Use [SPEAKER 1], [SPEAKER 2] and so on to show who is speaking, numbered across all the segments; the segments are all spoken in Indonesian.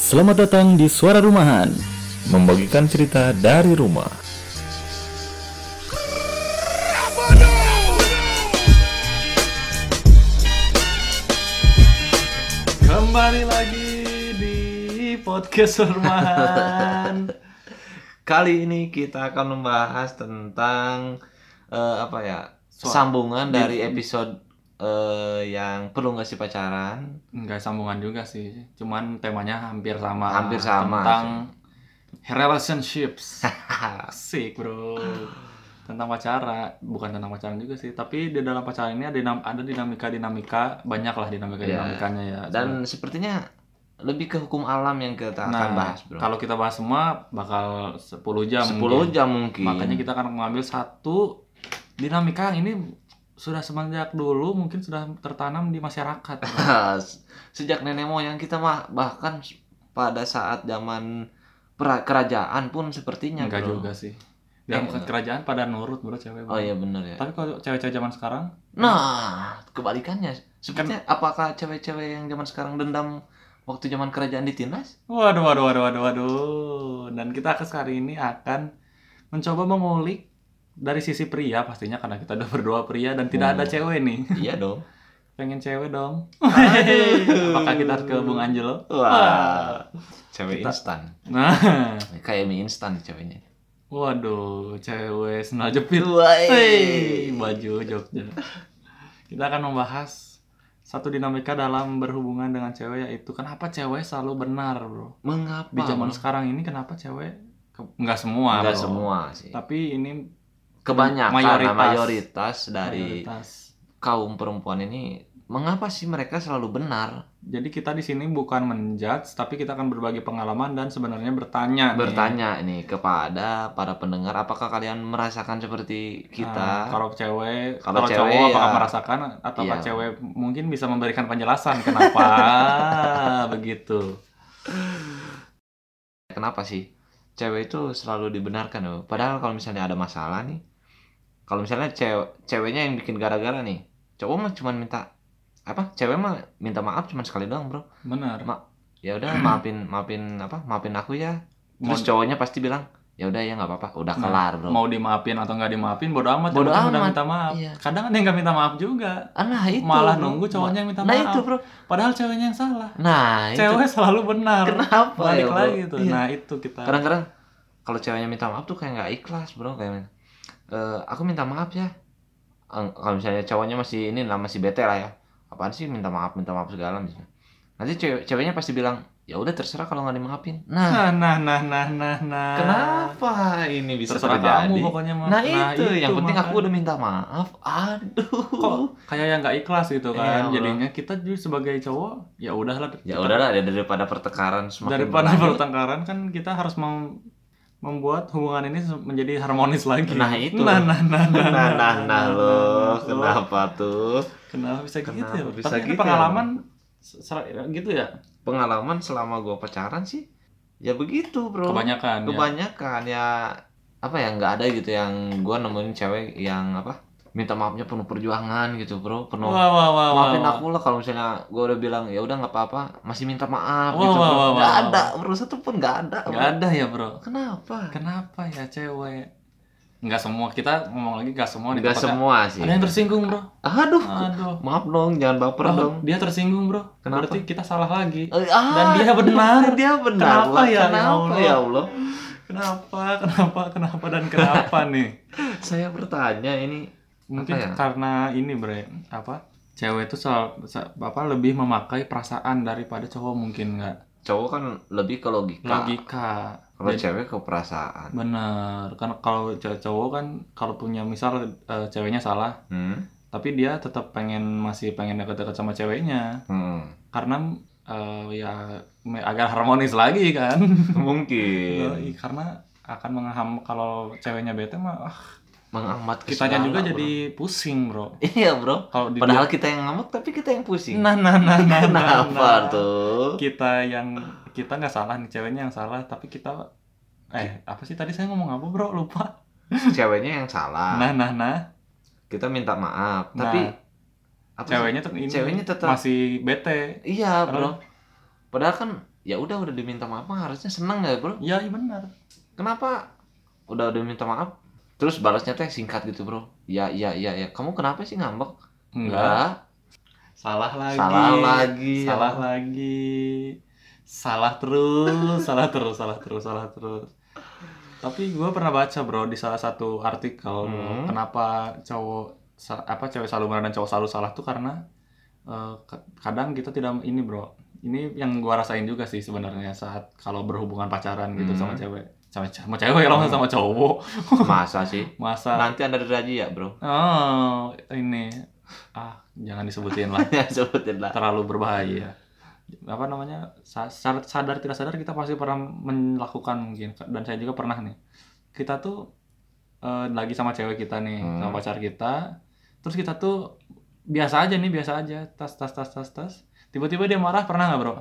[SPEAKER 1] Selamat datang di Suara Rumahan, membagikan cerita dari rumah.
[SPEAKER 2] Kembali lagi di podcast Rumahan. Kali ini kita akan membahas tentang eh, apa ya? Sambungan dari episode eh, yang perlu nggak sih pacaran?
[SPEAKER 3] Enggak sambungan juga sih, cuman temanya hampir sama.
[SPEAKER 2] Hampir sama.
[SPEAKER 3] Tentang relationships. Asik bro. Tentang pacaran, bukan tentang pacaran juga sih, tapi di dalam pacaran ini ada dinam- ada dinamika-dinamika, banyaklah dinamika-dinamikanya ya.
[SPEAKER 2] Iya. Dan sepertinya lebih ke hukum alam yang
[SPEAKER 3] Nah,
[SPEAKER 2] kita akan bahas, Bro.
[SPEAKER 3] kalau kita bahas semua bakal 10 jam.
[SPEAKER 2] 10
[SPEAKER 3] mungkin.
[SPEAKER 2] jam mungkin.
[SPEAKER 3] Makanya kita akan mengambil satu dinamika yang ini sudah semenjak dulu mungkin sudah tertanam di masyarakat. bro.
[SPEAKER 2] sejak nenek moyang kita mah bahkan pada saat zaman pra- kerajaan pun sepertinya
[SPEAKER 3] Enggak
[SPEAKER 2] Iya, Bro.
[SPEAKER 3] juga sih. Dalam
[SPEAKER 2] Eh, enggak.
[SPEAKER 3] kerajaan pada nurut bro cewek. bro.
[SPEAKER 2] Oh iya benar ya.
[SPEAKER 3] Tapi kalau cewek-cewek zaman sekarang,
[SPEAKER 2] Nah, kebalikannya. Sepertinya
[SPEAKER 3] Kan-
[SPEAKER 2] apakah cewek-cewek yang zaman sekarang dendam waktu zaman kerajaan ditindas?
[SPEAKER 3] waduh, waduh, waduh, waduh, waduh. Dan kita akan hari ini akan mencoba mengulik dari sisi pria pastinya karena kita udah berdua pria dan tidak
[SPEAKER 2] Oh.
[SPEAKER 3] ada cewek nih.
[SPEAKER 2] iya dong.
[SPEAKER 3] Pengen cewek dong.
[SPEAKER 2] Aduh.
[SPEAKER 3] Apakah kita harus ke Bung Angelo?
[SPEAKER 2] Wah. Cewek
[SPEAKER 3] Kita-
[SPEAKER 2] instan.
[SPEAKER 3] Nah,
[SPEAKER 2] Kayak mie instan nih ceweknya.
[SPEAKER 3] waduh, cewek sendal jepit. Hei,
[SPEAKER 2] Wah.
[SPEAKER 3] baju Jogja. Kita akan membahas satu dinamika dalam berhubungan dengan cewek yaitu kenapa cewek selalu benar, Bro.
[SPEAKER 2] Mengapa?
[SPEAKER 3] di zaman sekarang ini kenapa cewek ke- nggak semua
[SPEAKER 2] Enggak
[SPEAKER 3] bro.
[SPEAKER 2] semua sih.
[SPEAKER 3] tapi ini
[SPEAKER 2] Kebanyakan mayoritas,
[SPEAKER 3] Mayoritas.
[SPEAKER 2] mayoritas dari
[SPEAKER 3] mayoritas
[SPEAKER 2] kaum perempuan ini mengapa sih mereka selalu benar?
[SPEAKER 3] jadi kita di sini bukan menjudge tapi kita akan berbagi pengalaman dan sebenarnya bertanya nih. Nah,
[SPEAKER 2] Bertanya nih kepada para pendengar apakah kalian merasakan seperti
[SPEAKER 3] Nah,
[SPEAKER 2] kita?
[SPEAKER 3] kalau cewek
[SPEAKER 2] Kalau
[SPEAKER 3] kalau,
[SPEAKER 2] cewek
[SPEAKER 3] cowok apakah
[SPEAKER 2] ya-
[SPEAKER 3] merasakan atau
[SPEAKER 2] Iya.
[SPEAKER 3] cewek mungkin bisa memberikan penjelasan kenapa begitu
[SPEAKER 2] kenapa sih cewek itu selalu dibenarkan loh. Padahal kalau misalnya ada masalah nih, kalau misalnya cewek ceweknya yang bikin gara-gara nih, cowok mah cuman minta apa? Cewek mah minta maaf cuman sekali doang, Bro.
[SPEAKER 3] benar
[SPEAKER 2] Ma- Ya udah maafin maafin apa? Maafin aku ya.
[SPEAKER 3] mau,
[SPEAKER 2] Terus cowoknya pasti bilang, "Ya udah ya nggak apa-apa, udah
[SPEAKER 3] Nah,
[SPEAKER 2] kelar, Bro."
[SPEAKER 3] mau dimaafin atau nggak dimaafin bodo amat
[SPEAKER 2] Bodo
[SPEAKER 3] yang penting udah
[SPEAKER 2] amat.
[SPEAKER 3] minta maaf
[SPEAKER 2] Iya.
[SPEAKER 3] kadang ada yang nggak minta maaf juga
[SPEAKER 2] Ah, Nah, itu.
[SPEAKER 3] malah
[SPEAKER 2] Bro.
[SPEAKER 3] nunggu cowoknya yang minta
[SPEAKER 2] Nah,
[SPEAKER 3] maaf.
[SPEAKER 2] itu, Bro.
[SPEAKER 3] padahal ceweknya yang salah
[SPEAKER 2] Nah, itu.
[SPEAKER 3] cewek selalu benar
[SPEAKER 2] Kenapa ya,
[SPEAKER 3] balik
[SPEAKER 2] Bro?
[SPEAKER 3] lagi tuh
[SPEAKER 2] Iya.
[SPEAKER 3] nah itu kita
[SPEAKER 2] kadang-kadang kalau ceweknya minta maaf tuh kayak nggak ikhlas bro kayak "Eh, aku minta maaf ya Eng- kalau misalnya cowoknya masih ini lah masih bete lah ya apaan sih minta maaf minta maaf segala misalnya nanti cewek ceweknya pasti bilang ya udah terserah kalau nggak dimaafin nah
[SPEAKER 3] nah nah nah nah nah nah
[SPEAKER 2] kenapa ini bisa
[SPEAKER 3] terserah
[SPEAKER 2] terjadi
[SPEAKER 3] kamu pokoknya mah
[SPEAKER 2] nah, itu, yang penting aku
[SPEAKER 3] makanya.
[SPEAKER 2] udah minta maaf aduh
[SPEAKER 3] kok kayak yang nggak ikhlas gitu
[SPEAKER 2] Iya,
[SPEAKER 3] kan
[SPEAKER 2] bro.
[SPEAKER 3] jadinya kita juga sebagai cowok ya udahlah
[SPEAKER 2] ya
[SPEAKER 3] kita-
[SPEAKER 2] udahlah ya daripada pertekaran semakin
[SPEAKER 3] daripada
[SPEAKER 2] berlanjut.
[SPEAKER 3] pertengkaran kan kita harus mem- membuat hubungan ini se- menjadi harmonis lagi
[SPEAKER 2] Nah, itu.
[SPEAKER 3] nah nah nah nah
[SPEAKER 2] nah nah nah loh
[SPEAKER 3] nah,
[SPEAKER 2] kenapa tuh
[SPEAKER 3] kenapa bisa gitu ya
[SPEAKER 2] Kenapa
[SPEAKER 3] bro?
[SPEAKER 2] bisa
[SPEAKER 3] Tapi ini
[SPEAKER 2] gitu ya,
[SPEAKER 3] pengalaman se- se- gitu ya
[SPEAKER 2] pengalaman selama gua pacaran sih ya begitu bro
[SPEAKER 3] kebanyakan ya.
[SPEAKER 2] kebanyakan ya apa ya nggak ada gitu yang gua nemuin cewek yang apa minta maafnya penuh perjuangan gitu bro penuh
[SPEAKER 3] wah wah wah wah,
[SPEAKER 2] maafin
[SPEAKER 3] wah.
[SPEAKER 2] aku lah kalau misalnya gua udah bilang ya udah nggak apa-apa masih minta maaf
[SPEAKER 3] Wah,
[SPEAKER 2] gitu
[SPEAKER 3] wah,
[SPEAKER 2] bro
[SPEAKER 3] wah,
[SPEAKER 2] nggak
[SPEAKER 3] wah,
[SPEAKER 2] ada bro satu pun nggak ada
[SPEAKER 3] nggak
[SPEAKER 2] bro.
[SPEAKER 3] ada ya bro
[SPEAKER 2] kenapa
[SPEAKER 3] Kenapa ya cewek? Nggak semua kita ngomong lagi nggak semua di
[SPEAKER 2] nggak
[SPEAKER 3] tempatnya.
[SPEAKER 2] semua sih
[SPEAKER 3] Ada yang tersinggung bro.
[SPEAKER 2] aduh
[SPEAKER 3] Aduh.
[SPEAKER 2] maaf dong jangan baper
[SPEAKER 3] Oh,
[SPEAKER 2] dong
[SPEAKER 3] Dia tersinggung bro.
[SPEAKER 2] Kenapa?
[SPEAKER 3] Berarti kita salah lagi.
[SPEAKER 2] Eh, ah,
[SPEAKER 3] Dan dia benar.
[SPEAKER 2] dia benar
[SPEAKER 3] Kenapa
[SPEAKER 2] lah.
[SPEAKER 3] ya, ya
[SPEAKER 2] kenapa
[SPEAKER 3] Allah?
[SPEAKER 2] ya Allah
[SPEAKER 3] Kenapa? Kenapa? Kenapa dan kenapa nih?
[SPEAKER 2] saya bertanya ini
[SPEAKER 3] Mungkin
[SPEAKER 2] Apa ya?
[SPEAKER 3] karena ini bre apa? Cewek itu soal sa- apa lebih memakai perasaan daripada cowok mungkin nggak
[SPEAKER 2] cowok kan lebih ke logika
[SPEAKER 3] logika.
[SPEAKER 2] kalau
[SPEAKER 3] Jadi-
[SPEAKER 2] cewek ke perasaan
[SPEAKER 3] bener kan kalau cowok cowok kan kalau punya misal eh, ceweknya salah
[SPEAKER 2] hmm?
[SPEAKER 3] tapi dia tetap pengen masih pengen deket-deket sama ceweknya
[SPEAKER 2] Hmm.
[SPEAKER 3] karena eh, ya me- agak harmonis lagi kan Doi,
[SPEAKER 2] Iya, mungkin
[SPEAKER 3] karena akan mengham kalau ceweknya bete mah ah,
[SPEAKER 2] mengamat ke
[SPEAKER 3] kitanya
[SPEAKER 2] segala,
[SPEAKER 3] juga
[SPEAKER 2] bro.
[SPEAKER 3] jadi pusing bro
[SPEAKER 2] iya bro
[SPEAKER 3] kalau di
[SPEAKER 2] padahal kita yang ngamuk tapi kita yang pusing
[SPEAKER 3] nah nah nah nah, nah,
[SPEAKER 2] kenapa
[SPEAKER 3] nah.
[SPEAKER 2] tuh
[SPEAKER 3] kita yang kita nggak salah nih ceweknya yang salah tapi kita eh apa sih tadi saya ngomong apa bro lupa
[SPEAKER 2] ceweknya yang salah
[SPEAKER 3] nah nah nah
[SPEAKER 2] kita minta maaf
[SPEAKER 3] Nah,
[SPEAKER 2] tapi apa sih?
[SPEAKER 3] ceweknya tetap ini
[SPEAKER 2] Ceweknya tetap-
[SPEAKER 3] masih bete
[SPEAKER 2] iya bro padahal kan ya udah udah diminta maaf mah harusnya seneng ya bro
[SPEAKER 3] ya iya benar
[SPEAKER 2] kenapa udah udah minta maaf terus balasnya teh singkat gitu bro ya ya ya ya kamu kenapa sih ngambek
[SPEAKER 3] enggak
[SPEAKER 2] enggak
[SPEAKER 3] salah lagi
[SPEAKER 2] salah lagi
[SPEAKER 3] salah lagi salah terus salah terus salah terus salah terus tapi gue pernah baca bro di salah satu artikel
[SPEAKER 2] Hmm.
[SPEAKER 3] kenapa cowok sa- apa cewek selalu benar dan cowok selalu salah tuh karena eh, ke- kadang kita tidak ini bro ini yang gua rasain juga sih sebenarnya saat kalau berhubungan pacaran gitu
[SPEAKER 2] Hmm.
[SPEAKER 3] sama cewek sama, ce- sama cewek lah masa sama cowok
[SPEAKER 2] masa sih
[SPEAKER 3] masa
[SPEAKER 2] nanti ada deraji ya bro
[SPEAKER 3] oh ini ah jangan disebutin lah
[SPEAKER 2] ya sebutin lah
[SPEAKER 3] terlalu berbahaya apa namanya sa- sadar, sadar tidak sadar kita pasti pernah melakukan mungkin dan saya juga pernah nih kita tuh eh, lagi sama cewek kita nih
[SPEAKER 2] Hmm.
[SPEAKER 3] sama pacar kita terus kita tuh biasa aja nih biasa aja tas tas tas tas tas tiba-tiba dia marah pernah nggak bro?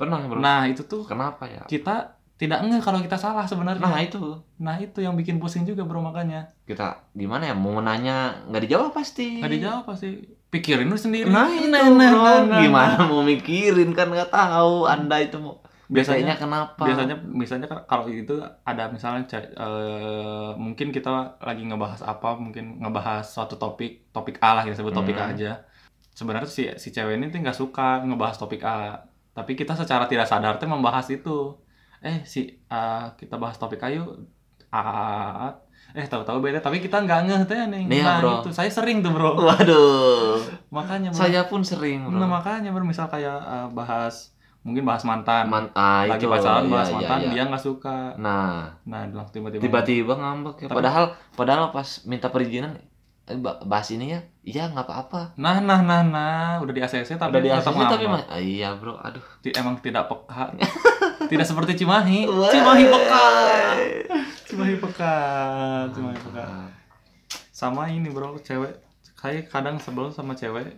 [SPEAKER 2] pernah bro
[SPEAKER 3] nah itu tuh
[SPEAKER 2] kenapa ya
[SPEAKER 3] kita tidak ngeh kalau kita salah sebenarnya
[SPEAKER 2] nah
[SPEAKER 3] nah,
[SPEAKER 2] itu
[SPEAKER 3] itu yang bikin pusing juga bro makanya
[SPEAKER 2] kita gimana ya mau nanya nggak dijawab pasti
[SPEAKER 3] nggak dijawab pasti pikirin lu sendiri
[SPEAKER 2] nah itu
[SPEAKER 3] Nah,
[SPEAKER 2] bro
[SPEAKER 3] nah, nah, nah.
[SPEAKER 2] gimana mau mikirin kan nggak tahu anda itu mau
[SPEAKER 3] nah. biasanya
[SPEAKER 2] biasanya kenapa
[SPEAKER 3] biasanya misalnya kan kalau itu ada misalnya ce- eh, mungkin kita lagi ngebahas apa mungkin ngebahas suatu topik topik A lah kita sebut topik A
[SPEAKER 2] Hmm.
[SPEAKER 3] aja sebenarnya si si cewek ini tuh nggak suka ngebahas topik A tapi kita secara tidak sadar tuh membahas itu eh si ah, kita bahas topik A yuk A, A, A, A. eh tahu-tahu beda tapi kita nggak ngeh teh nih
[SPEAKER 2] Nih ya,
[SPEAKER 3] nah
[SPEAKER 2] bro.
[SPEAKER 3] itu saya sering tuh bro
[SPEAKER 2] waduh
[SPEAKER 3] makanya bro.
[SPEAKER 2] saya pun sering bro
[SPEAKER 3] nah, makanya bro misal kayak ah, bahas mungkin bahas mantan
[SPEAKER 2] Man- ah,
[SPEAKER 3] lagi
[SPEAKER 2] itu,
[SPEAKER 3] pacaran
[SPEAKER 2] iya,
[SPEAKER 3] bahas
[SPEAKER 2] iya,
[SPEAKER 3] mantan
[SPEAKER 2] iya.
[SPEAKER 3] dia nggak suka
[SPEAKER 2] nah
[SPEAKER 3] Nah, bilang tiba-tiba.
[SPEAKER 2] tiba-tiba ngambek ya.
[SPEAKER 3] Tapi-
[SPEAKER 2] padahal padahal pas minta perizinan eh, ba- bahas ini ya iya nggak apa-apa
[SPEAKER 3] Nah, nah, nah, nah, udah di ACC tapi
[SPEAKER 2] udah di
[SPEAKER 3] tetap
[SPEAKER 2] ACC tapi
[SPEAKER 3] ngambek.
[SPEAKER 2] ma- ah, iya bro aduh
[SPEAKER 3] Ti- emang tidak peka. tidak seperti Cimahi.
[SPEAKER 2] Wah.
[SPEAKER 3] Cimahi peka. Cimahi peka. Cimahi peka. Sama ini, Bro, cewek kayak kadang sebelum sama cewek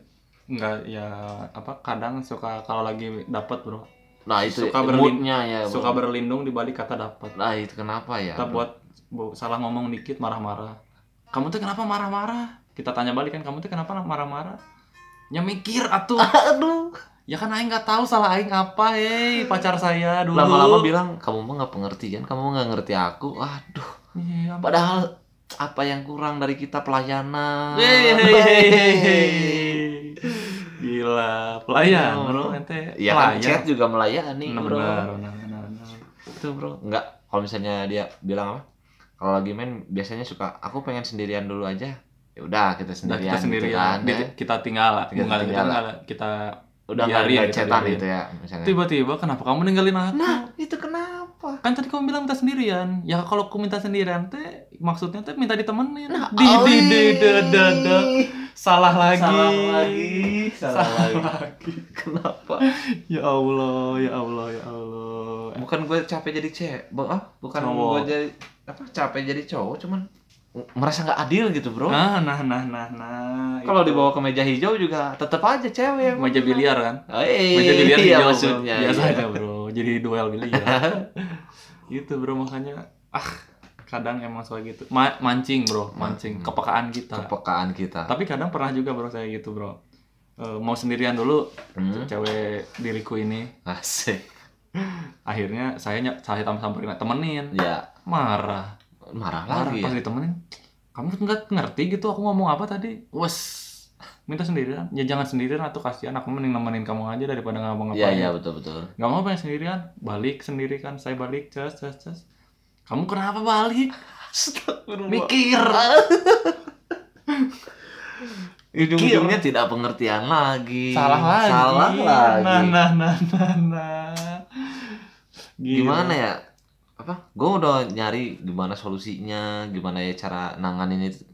[SPEAKER 3] nggak ya apa kadang suka kalau lagi dapat bro
[SPEAKER 2] nah itu
[SPEAKER 3] Suka berlin-
[SPEAKER 2] moodnya ya bro.
[SPEAKER 3] suka berlindung di balik kata dapat
[SPEAKER 2] nah itu kenapa ya
[SPEAKER 3] kita
[SPEAKER 2] bro?
[SPEAKER 3] buat bu- salah ngomong dikit marah-marah kamu tuh kenapa marah-marah kita tanya balik kan kamu tuh kenapa marah-marah ya mikir atuh
[SPEAKER 2] aduh
[SPEAKER 3] ya kan aing nggak tahu salah aing apa hei pacar saya dulu
[SPEAKER 2] lama-lama bilang kamu mah nggak pengertian kamu nggak ngerti aku aduh
[SPEAKER 3] Iya, Pak.
[SPEAKER 2] padahal apa yang kurang dari kita pelayanan
[SPEAKER 3] Hei, hei, hei, hei, hei. gila pelayan
[SPEAKER 2] Iya,
[SPEAKER 3] bro
[SPEAKER 2] bro.
[SPEAKER 3] ente
[SPEAKER 2] ya kan chat juga melayani
[SPEAKER 3] benar
[SPEAKER 2] bro
[SPEAKER 3] benar benar, benar, benar.
[SPEAKER 2] itu bro nggak kalau misalnya dia bilang apa kalau lagi main biasanya suka aku pengen sendirian dulu aja ya udah kita
[SPEAKER 3] Nah,
[SPEAKER 2] sendirian
[SPEAKER 3] kita
[SPEAKER 2] gitu
[SPEAKER 3] sendiri
[SPEAKER 2] kan, ya.
[SPEAKER 3] kita tinggal Eh. lah
[SPEAKER 2] Kita
[SPEAKER 3] Nggak, eh. kita
[SPEAKER 2] tinggal lah.
[SPEAKER 3] nggak- kita
[SPEAKER 2] udah nggak
[SPEAKER 3] biarin,
[SPEAKER 2] ada
[SPEAKER 3] kita
[SPEAKER 2] chatan
[SPEAKER 3] biarin.
[SPEAKER 2] gitu ya misalnya
[SPEAKER 3] tiba-tiba kenapa kamu ninggalin aku
[SPEAKER 2] nah itu kenapa
[SPEAKER 3] kan tadi kamu bilang minta sendirian ya kalau aku minta sendirian teh maksudnya teh minta ditemenin
[SPEAKER 2] Nah,
[SPEAKER 3] di di di da, da, da.
[SPEAKER 2] awi.
[SPEAKER 3] salah lagi
[SPEAKER 2] Salah lagi, salah lagi.
[SPEAKER 3] lagi.
[SPEAKER 2] kenapa
[SPEAKER 3] ya allah ya allah ya allah
[SPEAKER 2] bukan gue capek jadi cewek Bu- ah, bukan
[SPEAKER 3] Cowok.
[SPEAKER 2] gue jadi apa capek jadi cowok cuman merasa nggak adil gitu bro Gitu.
[SPEAKER 3] nah nah nah nah nah
[SPEAKER 2] kalau
[SPEAKER 3] itu.
[SPEAKER 2] dibawa ke meja hijau juga tetap aja cewek yang
[SPEAKER 3] meja biliar kan
[SPEAKER 2] Eh,
[SPEAKER 3] meja biliar
[SPEAKER 2] iya,
[SPEAKER 3] hijau, bro.
[SPEAKER 2] maksudnya
[SPEAKER 3] biasa
[SPEAKER 2] iya.
[SPEAKER 3] aja bro jadi duel biliar itu bro makanya ah kadang emang soal gitu Ma- mancing bro mancing
[SPEAKER 2] Hmm.
[SPEAKER 3] kepekaan kita
[SPEAKER 2] kepekaan kita
[SPEAKER 3] tapi kadang pernah juga bro saya gitu bro Eh, mau sendirian dulu
[SPEAKER 2] Hmm.
[SPEAKER 3] cewek diriku ini
[SPEAKER 2] Asik.
[SPEAKER 3] akhirnya saya ny- saya tam- samperin temenin
[SPEAKER 2] Ya,
[SPEAKER 3] marah
[SPEAKER 2] marah
[SPEAKER 3] marah
[SPEAKER 2] lagi.
[SPEAKER 3] pas
[SPEAKER 2] ya.
[SPEAKER 3] ditemenin kamu nggak ngerti gitu aku ngomong apa tadi wes minta sendirian ya jangan sendirian atau kasihan aku mending nemenin kamu aja daripada ngomong
[SPEAKER 2] Iya,
[SPEAKER 3] ngapain
[SPEAKER 2] iya betul betul.
[SPEAKER 3] nggak mau pengen sendirian balik sendiri kan saya balik cas cas cas kamu kenapa balik mikir
[SPEAKER 2] Ujung-ujungnya tidak pengertian lagi.
[SPEAKER 3] salah lagi
[SPEAKER 2] Salah lagi.
[SPEAKER 3] nah nah nah nah, nah. Gila.
[SPEAKER 2] Gimana ya? Apa? Gue udah nyari gimana solusinya, gimana ya cara nanganin itu.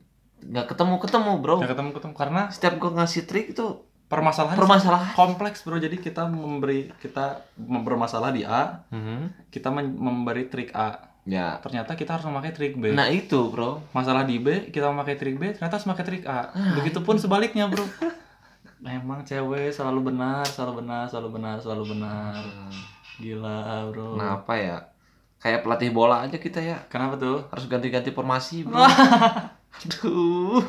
[SPEAKER 2] Nggak ketemu-ketemu, Bro.
[SPEAKER 3] Nggak ketemu ketemu karena
[SPEAKER 2] Setiap gue ngasih trik itu
[SPEAKER 3] permasalahan
[SPEAKER 2] permasalahan.
[SPEAKER 3] kompleks bro jadi kita memberi kita bermasalah di A
[SPEAKER 2] Mhm.
[SPEAKER 3] kita men- memberi trik A
[SPEAKER 2] Ya.
[SPEAKER 3] ternyata kita harus memakai trik B
[SPEAKER 2] Nah, itu, Bro.
[SPEAKER 3] masalah di B kita memakai trik B ternyata harus memakai trik
[SPEAKER 2] Ah.
[SPEAKER 3] A begitupun sebaliknya bro memang cewek selalu benar selalu benar selalu benar selalu benar
[SPEAKER 2] Hmm.
[SPEAKER 3] gila bro
[SPEAKER 2] Kenapa ya? Kayak pelatih bola aja kita ya.
[SPEAKER 3] kenapa tuh
[SPEAKER 2] Harus ganti-ganti formasi, Bro. Aduh.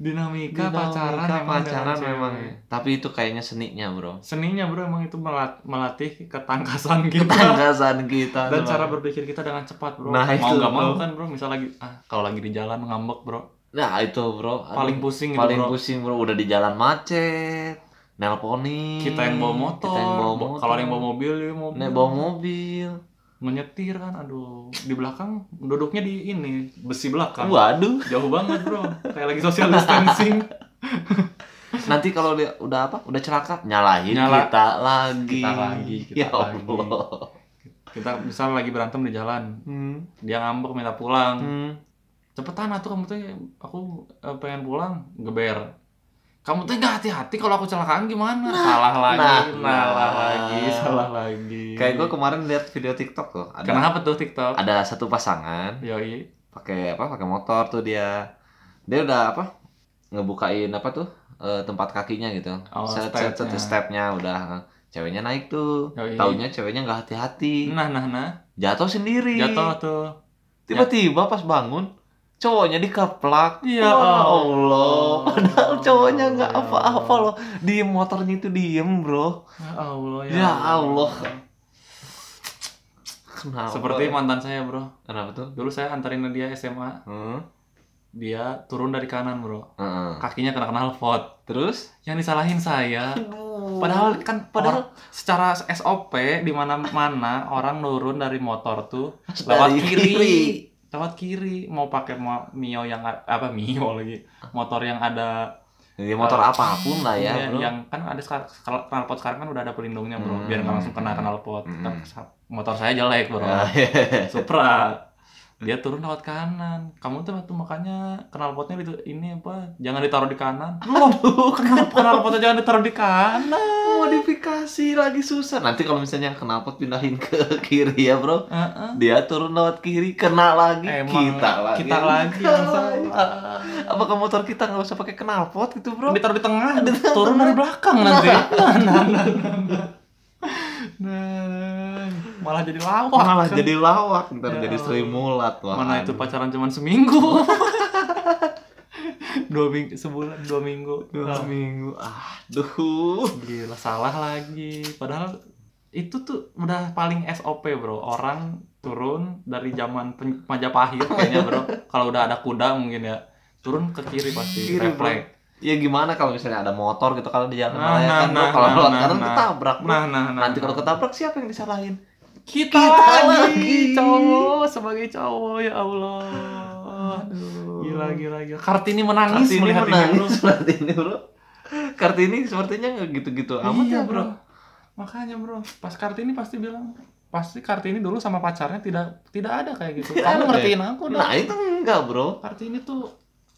[SPEAKER 3] dinamika,
[SPEAKER 2] Dinamika
[SPEAKER 3] pacaran emang
[SPEAKER 2] pacaran
[SPEAKER 3] dengan
[SPEAKER 2] memang ya.
[SPEAKER 3] cewek.
[SPEAKER 2] tapi itu kayaknya seninya bro
[SPEAKER 3] seninya bro emang itu melat- melatih ketangkasan kita
[SPEAKER 2] ketangkasan kita
[SPEAKER 3] dan
[SPEAKER 2] bro.
[SPEAKER 3] cara berpikir kita dengan cepat bro
[SPEAKER 2] Nah,
[SPEAKER 3] mau
[SPEAKER 2] itu,
[SPEAKER 3] nggak mau
[SPEAKER 2] bro.
[SPEAKER 3] kan bro misal lagi ah kalau lagi di jalan ngambek bro
[SPEAKER 2] nah itu bro Aduh,
[SPEAKER 3] paling pusing itu,
[SPEAKER 2] paling
[SPEAKER 3] bro
[SPEAKER 2] pusing bro udah di jalan macet nelponin
[SPEAKER 3] kita yang bawa motor,
[SPEAKER 2] kita yang bawa
[SPEAKER 3] bo-
[SPEAKER 2] motor
[SPEAKER 3] kalau ada yang bawa mobil ya, dia mobil
[SPEAKER 2] Nek bawa mobil
[SPEAKER 3] menyetir kan aduh di belakang duduknya di ini besi belakang
[SPEAKER 2] waduh
[SPEAKER 3] jauh banget bro kayak lagi social distancing
[SPEAKER 2] nanti kalau dia udah apa udah celaka nyalahin
[SPEAKER 3] Nyala-
[SPEAKER 2] kita lagi
[SPEAKER 3] Kita lagi, kita
[SPEAKER 2] ya
[SPEAKER 3] lagi.
[SPEAKER 2] Allah
[SPEAKER 3] kita misal lagi berantem di jalan
[SPEAKER 2] hmm.
[SPEAKER 3] dia ngambek minta pulang
[SPEAKER 2] Hmm.
[SPEAKER 3] cepetan atuh kamu tuh aku eh, pengen pulang geber kamu tuh nggak hati-hati kalau aku celakaan gimana salah
[SPEAKER 2] nah,
[SPEAKER 3] lagi
[SPEAKER 2] nah.
[SPEAKER 3] salah lagi salah lagi
[SPEAKER 2] kayak gue kemarin lihat video TikTok tuh ada
[SPEAKER 3] kenapa tuh TikTok
[SPEAKER 2] ada satu pasangan
[SPEAKER 3] yoi
[SPEAKER 2] pakai apa pakai motor tuh dia dia udah apa ngebukain apa tuh eh, tempat kakinya gitu
[SPEAKER 3] Oh,
[SPEAKER 2] set set set
[SPEAKER 3] stepnya.
[SPEAKER 2] stepnya udah ceweknya naik tuh
[SPEAKER 3] Yoi.
[SPEAKER 2] taunya ceweknya nggak hati-hati
[SPEAKER 3] nah nah nah
[SPEAKER 2] jatuh sendiri
[SPEAKER 3] jatuh tuh
[SPEAKER 2] tiba-tiba pas bangun cowoknya dikeplak
[SPEAKER 3] Ya Allah.
[SPEAKER 2] Allah padahal cowoknya nggak
[SPEAKER 3] Ya
[SPEAKER 2] apa-apa
[SPEAKER 3] Allah.
[SPEAKER 2] loh di motornya itu diem bro
[SPEAKER 3] ya Allah
[SPEAKER 2] Ya Allah. kenapa
[SPEAKER 3] seperti mantan saya bro
[SPEAKER 2] kenapa tuh
[SPEAKER 3] dulu saya antarin dia SMA
[SPEAKER 2] hmm?
[SPEAKER 3] dia turun dari kanan bro
[SPEAKER 2] Heeh.
[SPEAKER 3] kakinya kena kena pot
[SPEAKER 2] terus
[SPEAKER 3] yang disalahin saya
[SPEAKER 2] Aduh.
[SPEAKER 3] Padahal kan
[SPEAKER 2] Padahal-
[SPEAKER 3] padahal secara SOP di mana-mana orang nurun dari motor tuh
[SPEAKER 2] Dari
[SPEAKER 3] lewat kiri. lewat kiri mau pakai mo- Mio yang a- apa Mio lagi motor yang ada
[SPEAKER 2] Jadi motor apapun lah ya,
[SPEAKER 3] ya,
[SPEAKER 2] bro.
[SPEAKER 3] yang kan ada sekar- sekar- knalpot sekarang kan udah ada pelindungnya bro
[SPEAKER 2] Hmm.
[SPEAKER 3] biar nggak langsung kena knalpot
[SPEAKER 2] Hmm.
[SPEAKER 3] Tapi sa- motor saya jelek bro
[SPEAKER 2] Ya, hehehe.
[SPEAKER 3] Supra dia turun lewat kanan kamu tuh waktu makanya knalpotnya itu ini apa jangan ditaruh di kanan
[SPEAKER 2] Aduh,
[SPEAKER 3] kenapa knalpotnya jangan ditaruh di kanan
[SPEAKER 2] modifikasi lagi susah. Nanti kalau misalnya kenapa pindahin ke kiri ya, bro?
[SPEAKER 3] Heeh.
[SPEAKER 2] Dia turun lewat kiri, kena lagi,
[SPEAKER 3] Emang
[SPEAKER 2] kita lagi.
[SPEAKER 3] kita lagi yang salah.
[SPEAKER 2] Apakah motor kita nggak usah pakai knalpot gitu, bro?
[SPEAKER 3] Ditaruh di tengah, turun dari belakang nanti. Nah, nah, nah, nah. Nah, malah jadi lawak.
[SPEAKER 2] Malah
[SPEAKER 3] kan.
[SPEAKER 2] jadi lawak, ntar
[SPEAKER 3] Ya
[SPEAKER 2] jadi
[SPEAKER 3] Allah.
[SPEAKER 2] seri mulat. Wah,
[SPEAKER 3] mana itu
[SPEAKER 2] aduh.
[SPEAKER 3] pacaran cuman seminggu. dua minggu sebulan dua minggu
[SPEAKER 2] Dua
[SPEAKER 3] Wah,
[SPEAKER 2] minggu, aduh.
[SPEAKER 3] gila salah lagi padahal itu tuh udah paling SOP bro orang turun dari zaman pen- Majapahit kayaknya bro kalau udah ada kuda mungkin ya turun ke kiri pasti
[SPEAKER 2] Kiri, bro.
[SPEAKER 3] refleks
[SPEAKER 2] Ya gimana kalau misalnya ada motor gitu kalau di jalan
[SPEAKER 3] Nah,
[SPEAKER 2] raya
[SPEAKER 3] nah,
[SPEAKER 2] kan bro?
[SPEAKER 3] nah,
[SPEAKER 2] kalau
[SPEAKER 3] nah,
[SPEAKER 2] lewat
[SPEAKER 3] nah,
[SPEAKER 2] kanan
[SPEAKER 3] nah.
[SPEAKER 2] ketabrak bro.
[SPEAKER 3] Nah, nah, nah,
[SPEAKER 2] Nanti
[SPEAKER 3] nah.
[SPEAKER 2] kalau ketabrak siapa yang disalahin?
[SPEAKER 3] kita,
[SPEAKER 2] Kita lagi.
[SPEAKER 3] lagi cowok sebagai cowok ya Allah gila gila gila Kartini menangis
[SPEAKER 2] Kartini
[SPEAKER 3] melihat ini
[SPEAKER 2] menangis seperti ini bro. Kartini sepertinya nggak gitu-gitu
[SPEAKER 3] bro.
[SPEAKER 2] amat
[SPEAKER 3] Iya,
[SPEAKER 2] ya bro.
[SPEAKER 3] makanya bro pas Kartini pasti bilang pasti Kartini dulu sama pacarnya tidak tidak ada kayak gitu
[SPEAKER 2] Tidak ada,
[SPEAKER 3] kamu ngertiin aku dah
[SPEAKER 2] Nah itu enggak bro,
[SPEAKER 3] Kartini tuh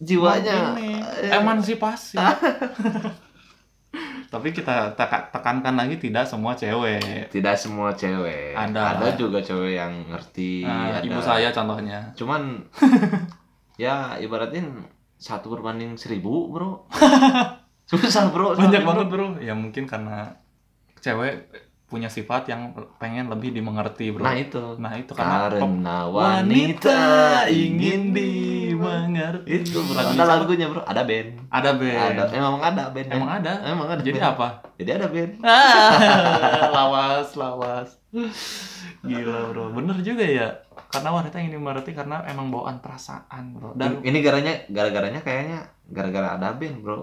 [SPEAKER 2] jiwanya
[SPEAKER 3] ini,
[SPEAKER 2] eh,
[SPEAKER 3] emansipasi tapi kita teka- tekankan lagi tidak semua cewek
[SPEAKER 2] tidak semua cewek.
[SPEAKER 3] Ada.
[SPEAKER 2] Ada juga cewek yang ngerti.
[SPEAKER 3] Nah,
[SPEAKER 2] ada.
[SPEAKER 3] ibu saya contohnya
[SPEAKER 2] Cuman ya ibaratnya satu berbanding seribu bro. Susah bro.
[SPEAKER 3] banyak
[SPEAKER 2] soalnya, bro.
[SPEAKER 3] banget bro ya mungkin karena cewek punya sifat yang pengen lebih dimengerti bro
[SPEAKER 2] Nah itu.
[SPEAKER 3] Nah, itu karena wanita
[SPEAKER 2] Karena wanita
[SPEAKER 3] ingin dimengerti
[SPEAKER 2] dimengerti. Itu bro.
[SPEAKER 3] Lagunya
[SPEAKER 2] Ada
[SPEAKER 3] siapa?
[SPEAKER 2] lagunya bro. Ada band.
[SPEAKER 3] ada band
[SPEAKER 2] Ada. Emang ada band. ya?
[SPEAKER 3] emang ada
[SPEAKER 2] Emang ada.
[SPEAKER 3] jadi
[SPEAKER 2] band.
[SPEAKER 3] apa
[SPEAKER 2] Jadi ada band.
[SPEAKER 3] Ah, lawas lawas gila bro bener juga ya karena wanita ingin dimengerti karena emang bawaan perasaan bro dan
[SPEAKER 2] ini garanya gara-garanya kayaknya gara-gara ada band bro